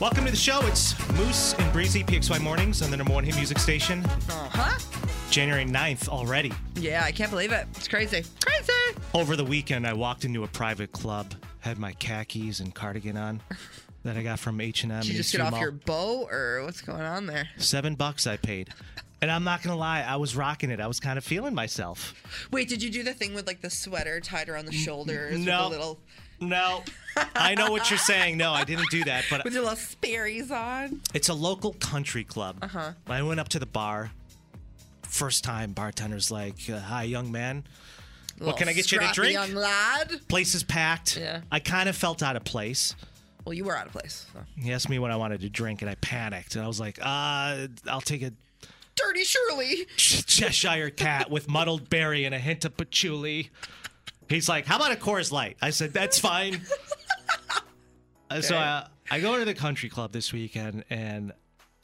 Welcome to the show. It's Moose and Breezy, PXY Mornings on the number one hit music station. Uh huh. January 9th already. Yeah, I can't believe it. It's crazy. Crazy. Over the weekend, I walked into a private club, had my khakis and cardigan on that I got from H&M. Did you just get off your bow or what's going on there? Seven bucks I paid. And I'm not going to lie, I was rocking it. I was kind of feeling myself. Wait, did you do the thing with like the sweater tied around the shoulders? With no. the little, No, I know what you're saying. No, I didn't do that, but with your little Sperry's on? It's a local country club. Uh-huh. I went up to the bar. First time bartender's like, uh, "Hi, young man. What Little can I get you to scrappy drink?" young lad? Place is packed. Yeah. I kind of felt out of place. Well, you were out of place. so. He asked me what I wanted to drink, and I panicked. And I was like, "Uh, I'll take a Dirty Shirley. Cheshire cat with muddled berry and a hint of patchouli." He's like, "How about a Coors Light?" I said, "That's fine." Uh, So Okay. uh, I go to the country club this weekend, and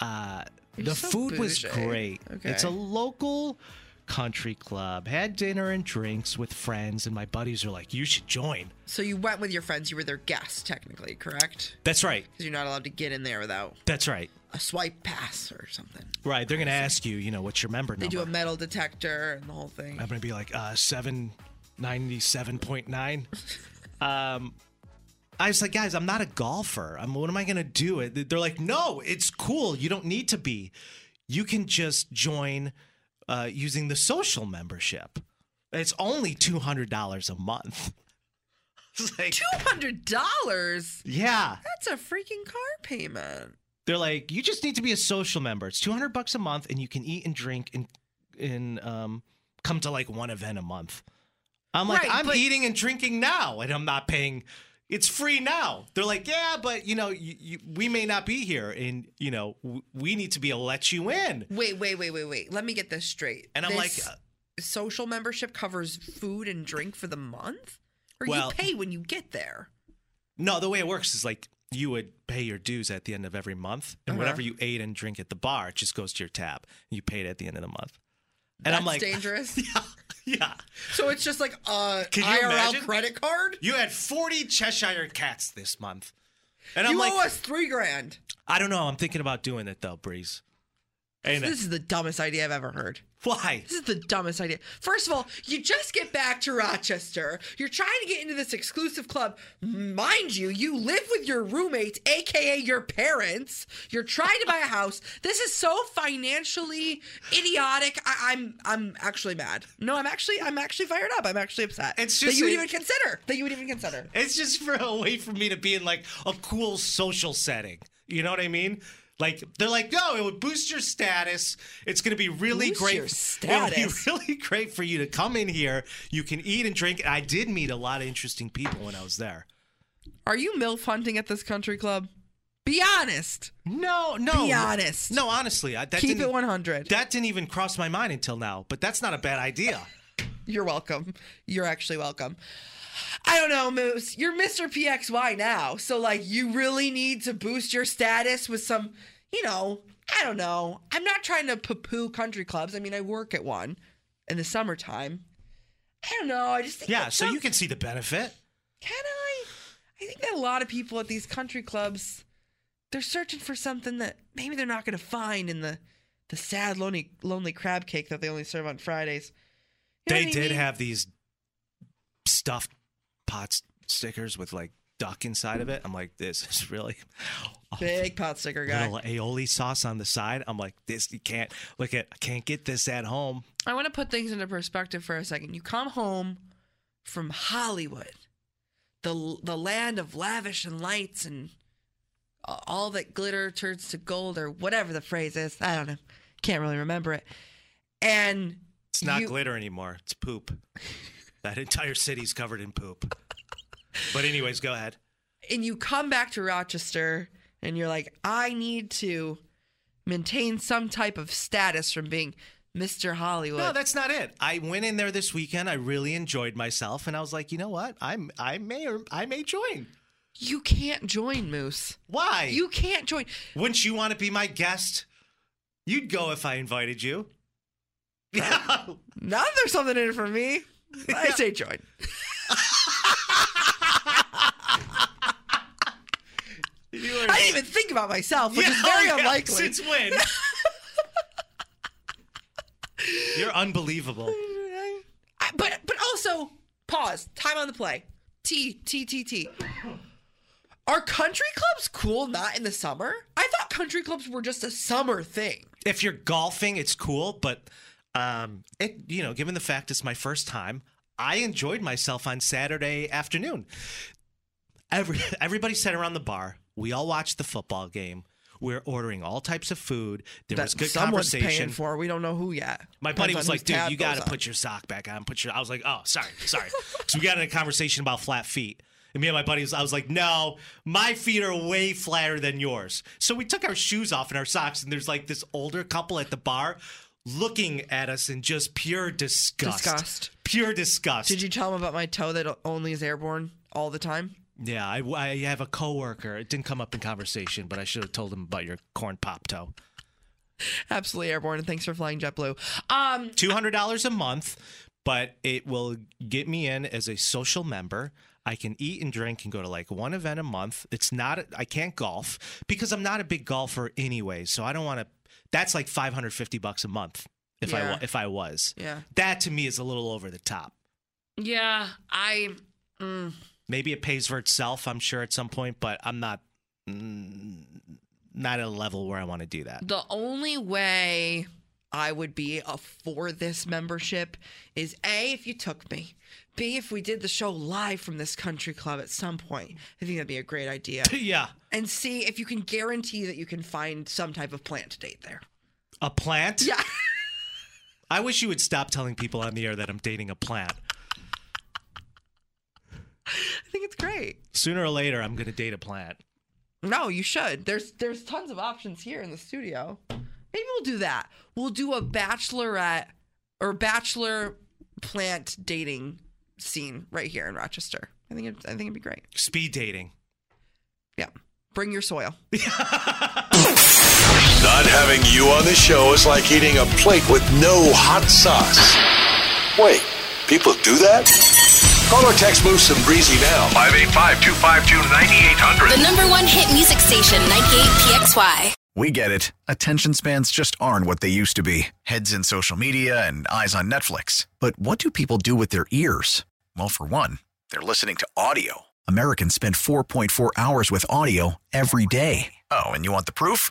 uh, the so food was bougie. great. It's a Okay. local country club. Had dinner and drinks with friends, and my buddies are like, "You should join." So you went with your friends. You were their guest, technically, correct? That's right. Because you're not allowed to get in there without That's right. a swipe pass or something. Right. They're gonna ask you, you know, what's your member They number? do a metal detector and the whole thing. I'm gonna be like Oh, uh, seven ninety seven point nine. Um, I was like, guys, I'm not a golfer. I'm. What am I gonna do? It. They're like, no, it's cool. You don't need to be. You can just join uh, using the social membership. It's only two hundred dollars a month. It's like, Two hundred dollars. yeah. That's a freaking car payment. They're like, you just need to be a social member. It's two hundred bucks a month, and you can eat and drink and and um, come to like one event a month. I'm like, Right, I'm but- eating and drinking now, and I'm not paying. It's free now. They're like, yeah, but you know, you, you, we may not be here, and you know, w- we need to be able to let you in. Wait, wait, wait, wait, wait. Let me get this straight. And I'm like, This uh, social membership covers food and drink for the month, or Well- you pay when you get there. No, the way it works is like you would pay your dues at the end of every month, and Uh-huh. whatever you ate and drink at the bar, it just goes to your tab. You pay it at the end of the month. And That's I'm like, dangerous. yeah. so it's just like a Could you IRL imagine? credit card. You had 40 Cheshire cats this month. And I'm you like, owe us three grand. I don't know. I'm thinking about doing it though, Breeze. And This is the dumbest idea I've ever heard. why? This is the dumbest idea. First of all, you just get back to Rochester. You're trying to get into this exclusive club. Mind you, you live with your roommates, aka your parents. You're trying to buy a house. This is so financially idiotic. I, I'm I'm actually mad. No, I'm actually I'm actually fired up. I'm actually upset. It's that just you would a- even consider. That you would even consider. It's just for a way for me to be in like a cool social setting. You know what I mean? Like they're like, no, it would boost your status. It's gonna be really Boost great. your It status. would be really great for you to come in here. You can eat and drink. I did meet a lot of interesting people when I was there. Are you milf hunting at this country club? Be honest. No, no. Be honest. No, honestly, I, that Keep didn't, it 100. That didn't even cross my mind until now. But that's not a bad idea. You're welcome. You're actually welcome. I don't know, Moose. You're Mr. PXY now. So, like, you really need to boost your status with some, you know, I don't know. I'm not trying to poo poo country clubs. I mean, I work at one in the summertime. I don't know. I just think Yeah, that so you some- can see the benefit. Can I? I think that a lot of people at these country clubs, they're searching for something that maybe they're not going to find in the the sad, lonely, lonely crab cake that they only serve on Fridays. You know They what I did mean? have these stuffed pot stickers with like duck inside of it. I'm like, this is really a Big pot sticker guy. little aioli sauce on the side. I'm like, this you can't look at. I can't get this at home. I want to put things into perspective for a second. You come home from Hollywood, the the land of lavish and lights and a- all that glitter turns to gold or whatever the phrase is. I don't know. Can't really remember it. And It's not you- glitter anymore. It's poop. that entire city's covered in poop. But anyways, go ahead. and you come back to Rochester and you're like, I need to maintain some type of status from being Mr. Hollywood. No, that's not it. I went in there this weekend. I really enjoyed myself, and I was like, you know what? I'm I may or I may join. you can't join, Moose. Why? You can't join. Wouldn't you want to be my guest? You'd go if I invited you. Yeah. Now that there's something in it for me, I say join. You are- I didn't even think about myself, which Yeah, oh, is very yeah, unlikely. Since when? You're unbelievable. I- but but also pause time on the play t t t t are country clubs cool not in the summer i thought country clubs were just a summer thing If you're golfing, it's cool, but um, it you know, given the fact it's my first time, I enjoyed myself on Saturday afternoon. Every everybody sat around the bar. We all watched the football game. We're ordering all types of food. There was good someone's paying conversation. for we don't know who yet My buddy was Depends on like, whose "Dude, tab you goes got to on." put your sock back on." Put your. I was like, "Oh, sorry, sorry." so we got in a conversation about flat feet, and me and my buddy was. I was like, "No, my feet are way flatter than yours." So we took our shoes off and our socks, and there's like this older couple at the bar, looking at us in just pure disgust. Disgust. Pure disgust. did you tell them about my toe that only is airborne all the time Yeah, I, I have a coworker. It didn't come up in conversation, but I should have told him about your corn pop toe. absolutely airborne and thanks for flying jetblue um two hundred dollars a month, but it will get me in as a social member. I can eat and drink and go to like one event a month. It's not I can't golf because I'm not a big golfer anyway, so I don't want to. That's like five hundred fifty bucks a month if I Yeah. wa- if I was. Yeah. that to me is a little over the top. yeah i mm, Maybe it pays for itself, I'm sure at some point, but I'm not mm, not at a level where I want to do that. The only way I would be a for this membership is A, if you took me. B, if we did the show live from this country club at some point. I think that'd be a great idea. yeah, And C, if you can guarantee that you can find some type of plant to date there. a plant. Yeah. I wish you would stop telling people on the air that I'm dating a plant. I think it's great. Sooner or later, I'm going to date a plant. No, you should. There's there's tons of options here in the studio. Maybe we'll do that. We'll do a bachelorette or bachelor plant dating scene right here in Rochester. I think it, I think it'd be great. Speed dating. Yeah. Bring your soil. Not having you on the show is like eating a plate with no hot sauce. Wait, people do that? Call or text Moose and Breezy now. 585 252 The 9800. number one hit music station, 98PXY. We get it. Attention spans just aren't what they used to be heads in social media and eyes on Netflix. But what do people do with their ears? Well, for one, they're listening to audio. Americans spend 4.4 hours with audio every day. Oh, and you want the proof?